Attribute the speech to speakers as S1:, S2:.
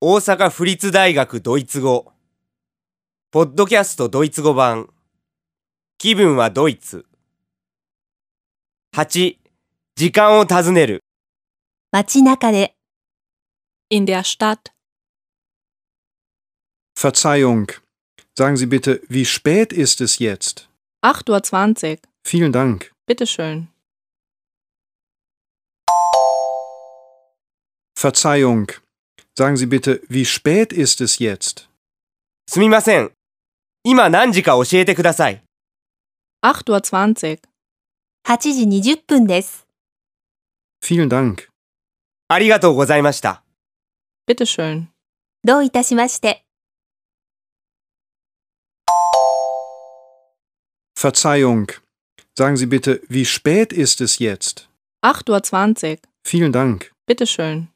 S1: 大阪府立大学ドイツ語ポッドキャストドイツ語版気分はドイツ8時間を尋ねる
S2: 街中で
S3: In der Stadt.
S4: Verzeihung. Sagen Sie bitte, wie spät ist es jetzt?
S3: 8.20 Uhr.
S4: Vielen Dank.
S3: Bitteschön.
S4: Verzeihung. Sagen Sie bitte, wie spät ist es jetzt?
S1: すみません今何時か教えてください
S3: 8.20 Uhr.
S2: 8時20分です。
S4: Vielen Dank.
S1: ありがとうございました
S3: Bitteschön.
S2: どういたしまして。
S4: Verzeihung. Sagen Sie bitte, wie spät ist es jetzt?
S3: 8.20 Uhr.
S4: Vielen Dank.
S3: Bitteschön.